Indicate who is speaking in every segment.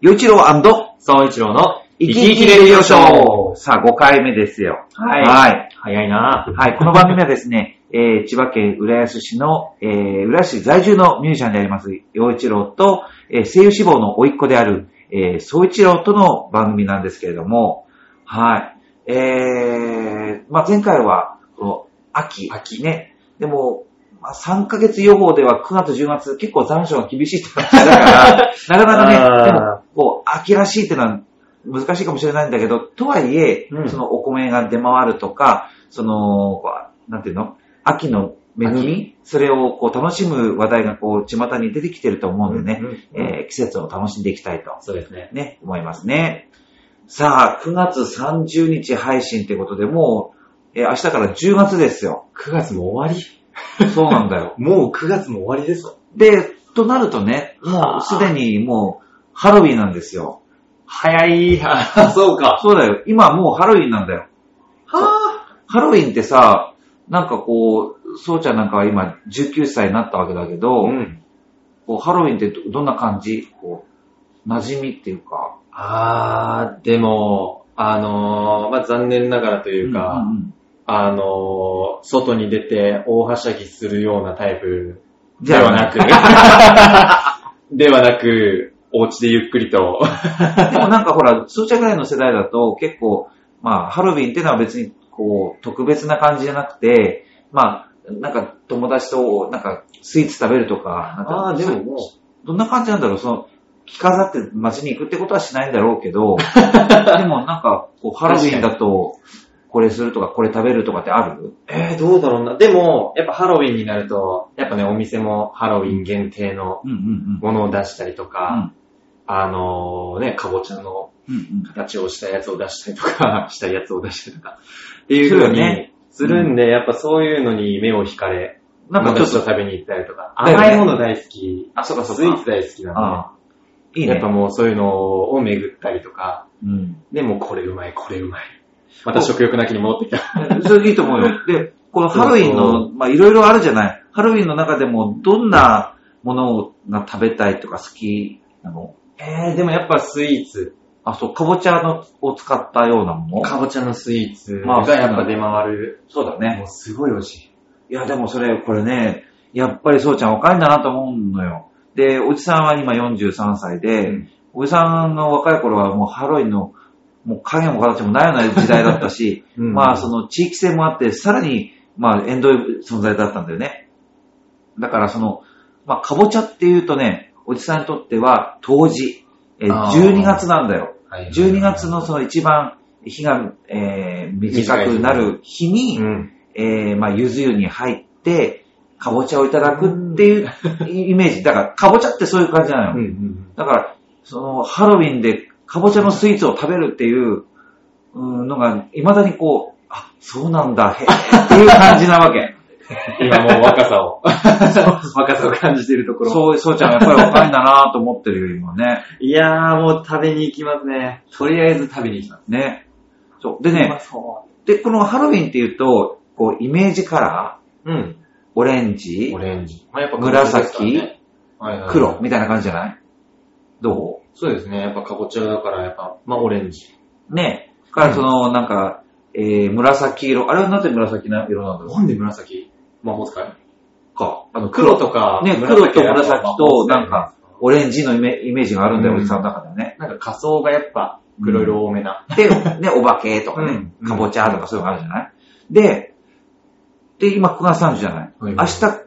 Speaker 1: 洋一郎
Speaker 2: 沢一郎の、
Speaker 1: 生き生きレディオショー。さあ、5回目ですよ。
Speaker 2: はい
Speaker 1: はい。
Speaker 2: 早いな
Speaker 1: はいこの番組はですね、えー千葉県浦安市の、えー浦安市在住のミュージシャンであります、洋一郎と、えー声優志望の甥っ子である、えー、総一郎との番組なんですけれども、はい。えー、まあ、前回は、この秋、秋ね。でも、まあ、3ヶ月予報では9月10月、結構残暑が厳しいって話だか ら、なかなかね、でも
Speaker 2: あー、
Speaker 1: こう、秋らしいってのは難しいかもしれないんだけど、とはいえ、
Speaker 2: うん
Speaker 1: そのお米が出回るとか、その、こうなんていうの秋の恵みそれをこう楽しむ話題がこう、巷に出てきてると思うんでね、
Speaker 2: うんうん
Speaker 1: えー季節を楽しんでいきたいと、
Speaker 2: そうですね。
Speaker 1: ね、思いますね。さあ、9月30日配信ってことで、もう、えー明日から10月ですよ。
Speaker 2: 9月も終わ
Speaker 1: そうなんだよ。
Speaker 2: りもう9月も終わりですわ。
Speaker 1: で、となるとね、もうすでにもう、ハロウィンなんですよ。
Speaker 2: 早い。あそうか。
Speaker 1: そうだよ。今もうハロウィンなんだよ。
Speaker 2: は
Speaker 1: ハロウィンってさ、なんかこう、そうちゃんなんかは今19歳になったわけだけ
Speaker 2: ぁ
Speaker 1: ど、
Speaker 2: うん。
Speaker 1: こうハロウィンってどどんな感じこう、馴染みっていうか。
Speaker 2: あー、でも、あのー、まあ、残念ながらというか、
Speaker 1: んん
Speaker 2: あのー、外に出て大はしゃぎするようなタイプ
Speaker 1: じ
Speaker 2: で
Speaker 1: ゃあ
Speaker 2: はな く、ではなく、お家でゆっくりと、
Speaker 1: でもなんかほら、そうちゃんぐらいの世代だと結構、まあ、ハロウィンってのは別にこう、特別な感じじゃなくて、まあ、なんか友達となんかスイーツ食べるとか、なんか
Speaker 2: も
Speaker 1: どんな感じなんだろうその、着飾って街に行くってことはしないんだろうけ ど、でもなんか、こう、ハロウィンだと、これするとか、これ食べるとかってある
Speaker 2: えー、どうだろうな。でも、やっぱハロウィンになると、やっぱね、お店もハロウィン限定の
Speaker 1: うんうん
Speaker 2: ものを出したりと
Speaker 1: う
Speaker 2: か、
Speaker 1: ん。
Speaker 2: あのーね、かぼちゃの
Speaker 1: うん
Speaker 2: 形をしたやつを出したりと か、したやつを出したりとか、っていう
Speaker 1: そ
Speaker 2: 風
Speaker 1: うよね
Speaker 2: にするんで、やっぱそういうのに目を惹かれ、
Speaker 1: うん。なんかちょっと、
Speaker 2: 食べに行ったりとか、
Speaker 1: だよね
Speaker 2: 甘いもの大好き、
Speaker 1: あ、そうかそう
Speaker 2: スイー
Speaker 1: か
Speaker 2: ツ。大好きなん
Speaker 1: ああい
Speaker 2: で、
Speaker 1: い
Speaker 2: や
Speaker 1: ね
Speaker 2: っぱ。もうそういうのを巡ったりとか、
Speaker 1: うん。
Speaker 2: でもうこれうまい、これうまい。また食欲なきに戻ってき た。
Speaker 1: それでいいと思う よ。で、このハロウィン
Speaker 2: そう
Speaker 1: の、まあ、いろいろあるじゃない。ハロウィンの中でも、どんなものが食べたいとか好きなの
Speaker 2: えー、でもやっぱスイーツ、
Speaker 1: あ、そう、かぼちゃのを使ったようなもの
Speaker 2: かぼちゃのスイーツ
Speaker 1: まあ
Speaker 2: がやっぱ出回る。
Speaker 1: そうだね
Speaker 2: もうすごい美味しい。
Speaker 1: いや、でもそれ、これね、やっぱりそうちゃん若いんだなと思うのよ。で、おじさんは今43歳で、
Speaker 2: うん
Speaker 1: おじさんの若い頃はもうハロウィンの、もう影も形もないような時代だったし、
Speaker 2: うん
Speaker 1: まあその地域性もあって、さらに、まあ縁遠い存在だったんだよね。だからその、まあかぼちゃっていうとね、おじさんにとっては冬至、え
Speaker 2: あー
Speaker 1: 12月なんだよ。
Speaker 2: はいはいはい
Speaker 1: 12月のその一番日が、えー短くなる日に、
Speaker 2: うん。
Speaker 1: えー、まあ、ゆず湯に入って、かぼちゃをいただくっていうイメージ。だから、かぼちゃってそういう感じな
Speaker 2: うんう
Speaker 1: のよ。
Speaker 2: ん
Speaker 1: だから、その、ハロウィンでかぼちゃのスイーツを食べるっていううんのが、未だにこう、あ、そうなんだ、へっていう感じなわ け。
Speaker 2: 今もう若さを、若さを感じているところ。
Speaker 1: そう、そうちゃんやっぱり若いんだなと思ってるよ、今ね。
Speaker 2: いやー、もう食べに行きますね。とりあえず食べに行きます。
Speaker 1: ね。そう。で
Speaker 2: うま
Speaker 1: ね、
Speaker 2: そ
Speaker 1: で、このハロウィンっていうと、こう、イメージカラー、
Speaker 2: う。うん。
Speaker 1: オレンジ
Speaker 2: オ、レンジ。まあ、やっぱ
Speaker 1: 紫
Speaker 2: 紫、はいはい
Speaker 1: 黒。みたいな感じじゃないどう
Speaker 2: そうですね。やっぱかぼちゃだから、やっぱ、まあ、オレンジ。
Speaker 1: ね。から、その、なんか、えー、紫色。あれはなぜ紫な色なんだろ
Speaker 2: なんで紫魔法使いう
Speaker 1: か。あの、
Speaker 2: 黒とか、
Speaker 1: ね、
Speaker 2: 紫
Speaker 1: 黒と
Speaker 2: はやっぱ
Speaker 1: 紫
Speaker 2: 魔法
Speaker 1: と、
Speaker 2: 使い
Speaker 1: なんか、、オレンジのイメイメージがあるんだよ、
Speaker 2: うん
Speaker 1: おじさんの中ではね。
Speaker 2: なんか仮装がやっぱ、黒色多めな。
Speaker 1: で、ね、お化けとかね、
Speaker 2: うん
Speaker 1: かぼちゃとかそういうのあるじゃないで、で、今9月30じゃない明
Speaker 2: はい
Speaker 1: 日、10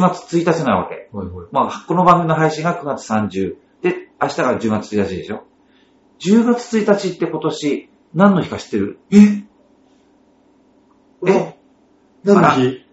Speaker 1: 月1日なわけ。
Speaker 2: はいはい。
Speaker 1: まあ、この番組の配信が9月30。で、明日が10月1日でしょ ?10 月1日って今年、何の日か知ってる
Speaker 2: え
Speaker 1: え
Speaker 2: 何の日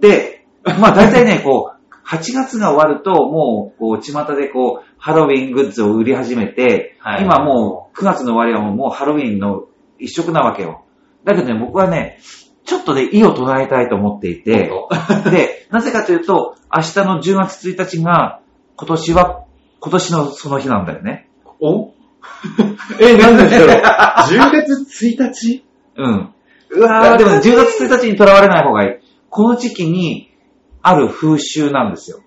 Speaker 1: で、まあ大体ね、こう、8月が終わると、もう、こう、巷でこう、ハロウィングッズを売り始めて、
Speaker 2: はい
Speaker 1: 今もう、9月の終わりはもう、もうハロウィンの一色なわけよ。だけどね、僕はね、ちょっとね、意を唱えたいと思っていて、 で、なぜかというと、明日の10月1日が、今年は、今年のその日なんだよね。
Speaker 2: おえ、何です か ?10 月1日
Speaker 1: うん。
Speaker 2: う
Speaker 1: あでもね、10月1日にとらわれない方がいい。この時期に、ある風習なんですよ。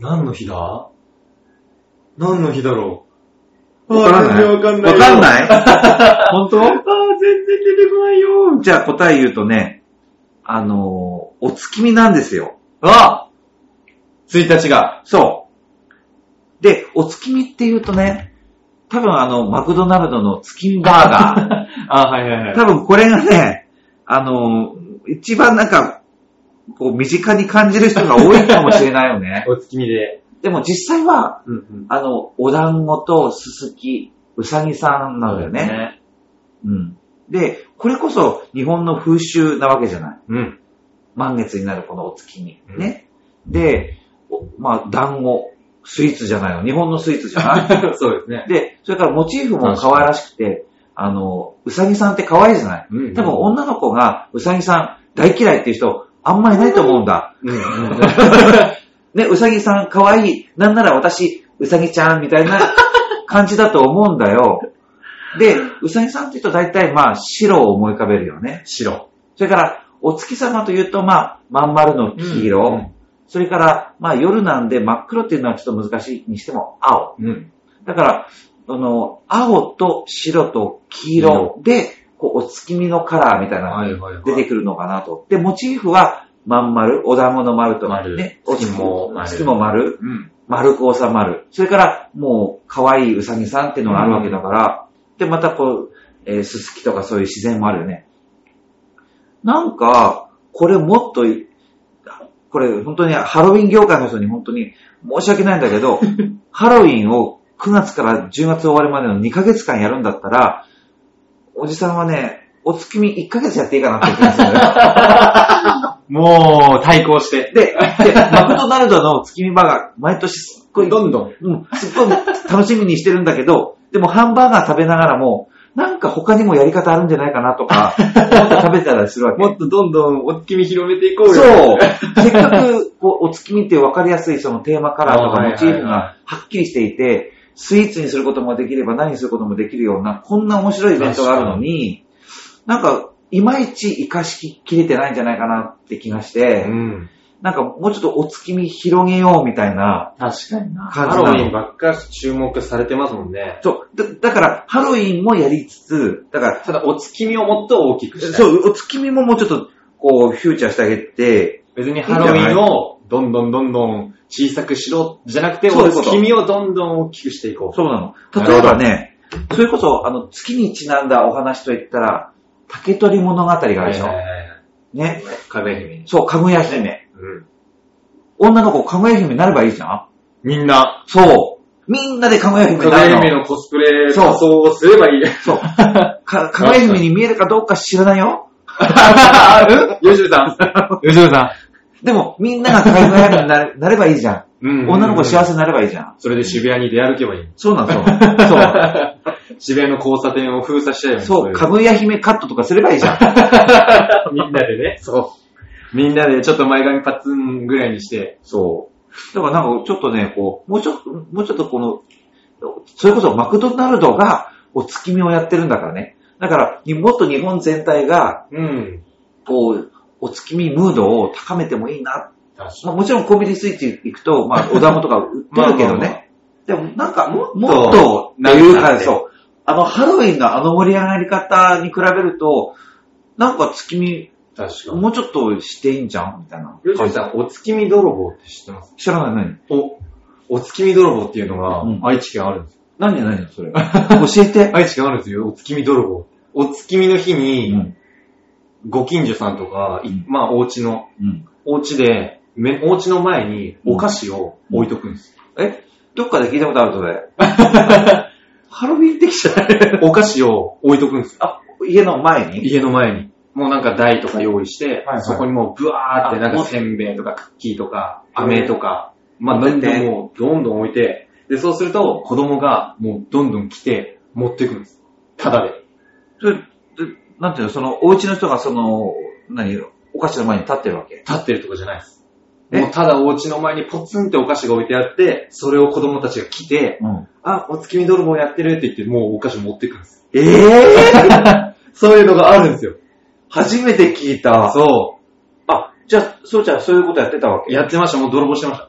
Speaker 2: 何の日だ何の日だろ
Speaker 1: わからない
Speaker 2: わかんない。
Speaker 1: わかん ない本
Speaker 2: あ
Speaker 1: 当
Speaker 2: ー全然出てこないよ
Speaker 1: じゃあ答え言うとね、あのーお月見なんですよ。
Speaker 2: あ !1 日が。
Speaker 1: そう。で、お月見って言うとね、多分あの、マクドナルドの月見バーガー。
Speaker 2: あーはいはい はい。。
Speaker 1: 多分これがね、あの、一番なんか、こう、身近に感じる人が多いかもしれないよね
Speaker 2: お月見で。
Speaker 1: でも実際は、
Speaker 2: うんうん。
Speaker 1: あの、お団子とすすき、うさぎさんなんだよね。うん。で、これこそ日本の風習なわけじゃない。
Speaker 2: うん。
Speaker 1: 満月になるこのお月見。ね。で、おまあ、団子、スイーツじゃないの。日本のスイーツじゃない。
Speaker 2: そうです ね。
Speaker 1: で、それからモチーフも可愛らしくて、あの、うさぎさんって可愛いじゃない。
Speaker 2: うん
Speaker 1: 多分女の子がうさぎさん大嫌いっていう人、あんまりいないと思うんだ。
Speaker 2: うんうん。
Speaker 1: ね、うさぎさん可愛い。なんなら私、うさぎちゃんみたい な感じだと思うんだよ。で、うさぎさんって言うと大体まあ白を思い浮かべるよね。
Speaker 2: 白。
Speaker 1: それから、お月様というとまあ、まん丸の黄色。
Speaker 2: うんうん
Speaker 1: それから、まあ夜なんで真っ黒っていうのはちょっと難しいにしても青。
Speaker 2: うん。
Speaker 1: だから、あの、青と白と黄色で、こう、お月見のカラーみたいなのが
Speaker 2: いはい
Speaker 1: 出てくるのかなと。で、モチーフは、まん丸、お団子の丸と、
Speaker 2: 丸
Speaker 1: ね、お
Speaker 2: 月も丸
Speaker 1: 月も丸、
Speaker 2: うん。
Speaker 1: 丸く収まる。それから、もう、可愛いうさぎさんっていうのがあるわけだから、で、またこう、えーすすきとかそういう自然もあるよね。なんか、これもっとい、これ本当にハロウィン業界の人に本当に申し訳ないんだけ ど、ハロウィンを9月から10月終わりまでの2ヶ月間やるんだったら、おじさんはね、お月見1ヶ月やっていいかなって気がするんだよ。
Speaker 2: もう、対抗し
Speaker 1: で、
Speaker 2: て。
Speaker 1: でマクドナルドの月見バーガー、毎年すっごい
Speaker 2: どんどん。
Speaker 1: うん、すっごい楽しみにしてるんだけど、でもハンバーガー食べながらも、なんか他にもやり方あるんじゃないかなとか、思って食べてたりするわけ。
Speaker 2: もっとどんどんお月見広めていこうよ。
Speaker 1: そう。せっかく、こう、お月見って分かりやすいそのテーマカラーと
Speaker 2: あ
Speaker 1: か
Speaker 2: ー
Speaker 1: モチーフ
Speaker 2: はいはいは
Speaker 1: がはっきりしていて、スイーツにすることもできれば何にすることもできるような、こんな面白いイベントがあるのに、なんか、いまいち活かしきれてないんじゃないかなって気がして、
Speaker 2: うん。
Speaker 1: なんかもうちょっとお月見広げようみたいな
Speaker 2: 確かにな。
Speaker 1: 感
Speaker 2: ハ
Speaker 1: じなの。
Speaker 2: ロウィンばっか注目されてますもんね。
Speaker 1: そう。だだから、ハロウィンもやりつつ、だから、
Speaker 2: ただ、お月見をもっと大きくしたい。
Speaker 1: そう、お月見ももうちょっと、こう、フューチャーしてあげて、
Speaker 2: 別にハロウィンをどんどんどんどん小さくしろ、じゃなくて、
Speaker 1: そうい
Speaker 2: お
Speaker 1: うこと
Speaker 2: 月見をどんどん大きくしていこう。
Speaker 1: そうなの。
Speaker 2: なる
Speaker 1: 例え
Speaker 2: ほど
Speaker 1: ばね、それこそ、あの、月にちなんだお話といったら、竹取物語があるでしょ。
Speaker 2: はいはいはいはい
Speaker 1: ね。
Speaker 2: かぐや姫に。
Speaker 1: そう、かぐや姫。
Speaker 2: うん。
Speaker 1: 女の子、かぐや姫になればいいじゃん
Speaker 2: みんな、
Speaker 1: そう。みんなでかぐや姫
Speaker 2: か
Speaker 1: に
Speaker 2: ぐ
Speaker 1: な
Speaker 2: や
Speaker 1: る
Speaker 2: 姫
Speaker 1: の。
Speaker 2: のコスプレ、
Speaker 1: そう
Speaker 2: 仮装をすればいい。
Speaker 1: そう。か、かぐや姫に見えるかどうか知らないよ。
Speaker 2: 吉部さん。吉部さ
Speaker 1: でも、みんながかぐや姫になれ なればいいじゃ。
Speaker 2: ん。うん
Speaker 1: 女の子幸
Speaker 2: せ。
Speaker 1: せになればいいじゃん。
Speaker 2: それで渋谷に出歩けばいい。
Speaker 1: そうなの、そうな の。そう。
Speaker 2: 渋谷の交差点を封鎖しちゃえばいい。
Speaker 1: そう、かぐや姫カットとかすればいいじゃん。
Speaker 2: みんなでね。そう。みんなでちょっと前髪パツンぐらいにして。
Speaker 1: そう。だからなんかちょっとね、こう、もうちょっと、もうちょっとこの、それこそマクドナルドがお月見をやってるんだからね。だから、にもっと日本全体が、
Speaker 2: うん。
Speaker 1: こう、お月見ムードを高めてもいいな。
Speaker 2: 確か
Speaker 1: まあ、もちろんコンビニスイッチ行くと、まあ、お団子とか売ってるけど
Speaker 2: まあまあ
Speaker 1: ね。でも、なんか、もっと、も
Speaker 2: も
Speaker 1: っと
Speaker 2: っと
Speaker 1: っていう
Speaker 2: なん
Speaker 1: か、
Speaker 2: かね
Speaker 1: そう。あの、ハロウィンのあの盛り上がり方に比べると、なんか月見、
Speaker 2: に。確かに。
Speaker 1: もうちょっとしていいんじゃんみたいな。
Speaker 2: 吉部さん、お月見泥棒って知ってます
Speaker 1: 知らない、何
Speaker 2: お、お月見泥棒っていうのが
Speaker 1: うん
Speaker 2: 愛知県あるんですよ。
Speaker 1: 何よ何よそれ。教えて。
Speaker 2: 愛知県あるんですよ、お月見泥棒。お月見の日
Speaker 1: う
Speaker 2: に、
Speaker 1: ん。
Speaker 2: ご近所さんとか、い
Speaker 1: うん
Speaker 2: まあお家の、
Speaker 1: うん。
Speaker 2: お家で、めお家の前にお菓子を置いとくんですよ。
Speaker 1: えどっかで聞いたことあるそれ。 ハロウィン的じゃない
Speaker 2: お菓子を置いとくんですよ。
Speaker 1: あ、家の前に
Speaker 2: 家の前に。もうなんか台とか用意して、
Speaker 1: はいはい
Speaker 2: そこにもうブワーって
Speaker 1: あ
Speaker 2: なん
Speaker 1: も
Speaker 2: か
Speaker 1: う
Speaker 2: せんべいとかクッキーとか、
Speaker 1: うん
Speaker 2: 飴とか、まあ
Speaker 1: 置
Speaker 2: ど
Speaker 1: い
Speaker 2: ん
Speaker 1: て
Speaker 2: どんもうどんどん置いて、で、そうすると子供がもうどんどん来て持ってくんです。ただで。
Speaker 1: それ、でなんていうの、その、お家の人がその、何お菓子の前に立ってるわけ。
Speaker 2: 立ってるとかじゃないです。
Speaker 1: え
Speaker 2: もうただお家の前にポツンってお菓子が置いてあって、それを子供たちが来て、
Speaker 1: うん。
Speaker 2: あ、お月見泥棒やってるって言って、もうお菓子持ってくんです。
Speaker 1: ええ
Speaker 2: そういうのがあるんですよ。
Speaker 1: 初めて聞いた。
Speaker 2: そ
Speaker 1: あ、じゃあ、そうちゃんそういうことやってたわ
Speaker 2: う。やってました、もう泥棒してました。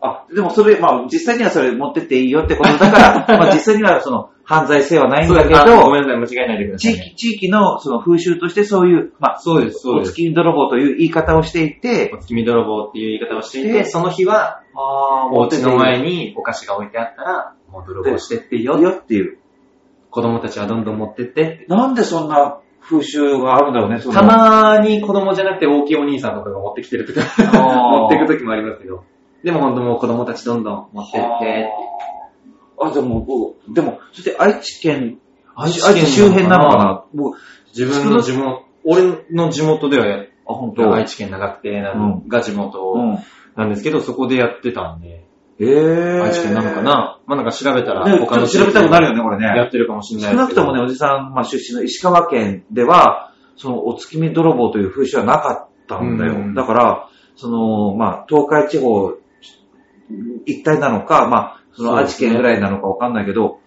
Speaker 1: あ、でもそれ、まあ実際にはそれ持ってっていいよってことだ から、まあ実際にはその犯罪性はないんだけ
Speaker 2: あご
Speaker 1: ど、
Speaker 2: めんなさい、間違えないでくださ
Speaker 1: 地
Speaker 2: いね、
Speaker 1: 域、地域のその風習としてそういう、まあ、
Speaker 2: そうです、そう
Speaker 1: お
Speaker 2: です。
Speaker 1: 月見泥棒という言い方をしていて、
Speaker 2: お月見泥棒っていう言い方をしてい
Speaker 1: で
Speaker 2: て、その日は、
Speaker 1: あ
Speaker 2: お家の前にお菓子が置いてあったら、もう泥棒してっていい
Speaker 1: よよ
Speaker 2: よ。
Speaker 1: っていう。
Speaker 2: 子供たちはどんどん持ってって。
Speaker 1: なんでそんな風習があるんだろうね、その
Speaker 2: たまに子供じゃなくて大きいお兄さんとかが持ってきてるとか、
Speaker 1: ー
Speaker 2: 持ってく時もありますけど。でも本当もう子供たちどんどん持ってって。
Speaker 1: あ、でも僕、でも、そして愛知県、愛
Speaker 2: 愛
Speaker 1: 知
Speaker 2: 知
Speaker 1: 周辺
Speaker 2: 県なのかな
Speaker 1: なのかな僕、
Speaker 2: 自分の地元、俺の地元ではやっ
Speaker 1: あ、本当。
Speaker 2: 愛知県長久手なのが地
Speaker 1: う
Speaker 2: 元
Speaker 1: ん。
Speaker 2: なんですけど、そこでやってたんで、
Speaker 1: えー。
Speaker 2: 愛知県なのかなまあなんか調べたら
Speaker 1: ね、ちょっ
Speaker 2: 他の
Speaker 1: と調べたくなるよね、こ
Speaker 2: や
Speaker 1: れね。
Speaker 2: ってるかもしれな
Speaker 1: 少
Speaker 2: いで
Speaker 1: な
Speaker 2: す
Speaker 1: く
Speaker 2: け
Speaker 1: と
Speaker 2: ど。
Speaker 1: もね、おじさん、まあ、出身の石川県では、その、お月見泥棒という風習はなかったんだよ。
Speaker 2: うん
Speaker 1: だから、その、まあ、東海地方一体なのか、まあ、その
Speaker 2: そう
Speaker 1: 愛
Speaker 2: で
Speaker 1: 知
Speaker 2: すね
Speaker 1: 県ぐらいなのかわかんないけど、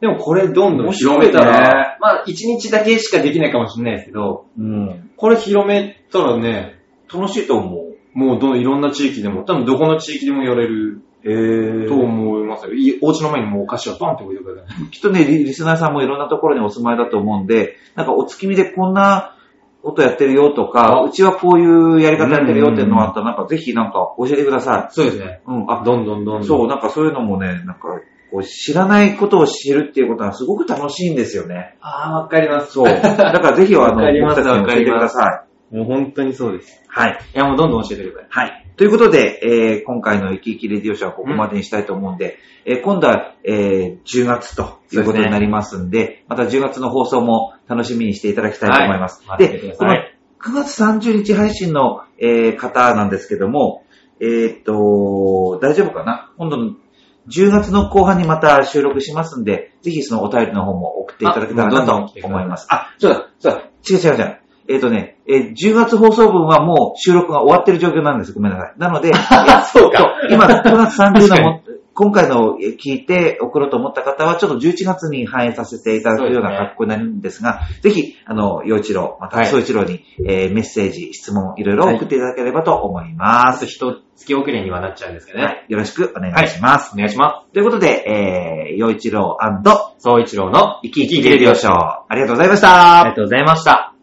Speaker 2: でもこれどんどん広めたら、まあ一日だけしかできないかもしれないですけど、
Speaker 1: うん。
Speaker 2: これ広めたらね、
Speaker 1: 楽しいと思う。
Speaker 2: もうどいろんな地域でも、多分どこの地域でもやれる
Speaker 1: えー
Speaker 2: と思いますよ。いお家の前にもうお菓子をパンって置いてください。
Speaker 1: きっとねリ、リスナーさんもいろんなところにお住まいだと思うんで、なんかお月見でこんなことやってるよとか、
Speaker 2: あ
Speaker 1: うちはこういうやり方やってるよっていうのがあったら、なんかぜひなんか教えてくださ
Speaker 2: そうですね
Speaker 1: い。。うん、あ、
Speaker 2: どんどんどんどん。
Speaker 1: そう、なんかそういうのもね、なんかこう知らないことを知るっていうことはすごく楽しいんですよね。
Speaker 2: ああ、わかります。
Speaker 1: そう。だからぜひあの、
Speaker 2: わかりま
Speaker 1: 僕
Speaker 2: す
Speaker 1: たちに教えてくださ
Speaker 2: もう本当にそうです
Speaker 1: い。。はい。
Speaker 2: いや、もうどんどん教えてくださ
Speaker 1: は
Speaker 2: い。
Speaker 1: い。ということで、えー今回の生き生きレディオショーはここまでにしたいと思うんで、えー今度は、えー10月ということになりますんで、また10月の放送も楽しみにしていただきたいと思います。
Speaker 2: はい待って
Speaker 1: で、
Speaker 2: てく
Speaker 1: こ
Speaker 2: だ
Speaker 1: の
Speaker 2: さ
Speaker 1: 9
Speaker 2: い
Speaker 1: 月30日配信の、えー方なんですけども、えーっと、大丈夫かな今度の10月の後半にまた収録しますんで、ぜひそのお便りの方も送っていただけたらな
Speaker 2: あどんどん来
Speaker 1: と
Speaker 2: てください
Speaker 1: 思います。あ、そうだ、そうだ、違う違う違う。えっ、とね、えー10月放送分はもう収録が終わってる状況なんです。ごめんなさい。なので、え ー
Speaker 2: そう
Speaker 1: そう。今、9月30
Speaker 2: 確
Speaker 1: 日
Speaker 2: か
Speaker 1: のも、今回のえー聞いて送ろうと思った方は、ちょっと11月に反映させていただくような
Speaker 2: そうですね
Speaker 1: 格好になるんですが、ぜひ、あの、陽一郎、また、
Speaker 2: はい
Speaker 1: 総一郎に、えーメッセージ、質問、いろいろ送っていただければと思いま
Speaker 2: あ
Speaker 1: す。
Speaker 2: と一月遅れにはなっちゃうんですけどね。
Speaker 1: はいよろしくお願いします。
Speaker 2: お願いしま
Speaker 1: ということで、えー、陽一郎
Speaker 2: す。総一郎の
Speaker 1: 生き生きレディオショー、ありがとうございました。
Speaker 2: ありがとうございました。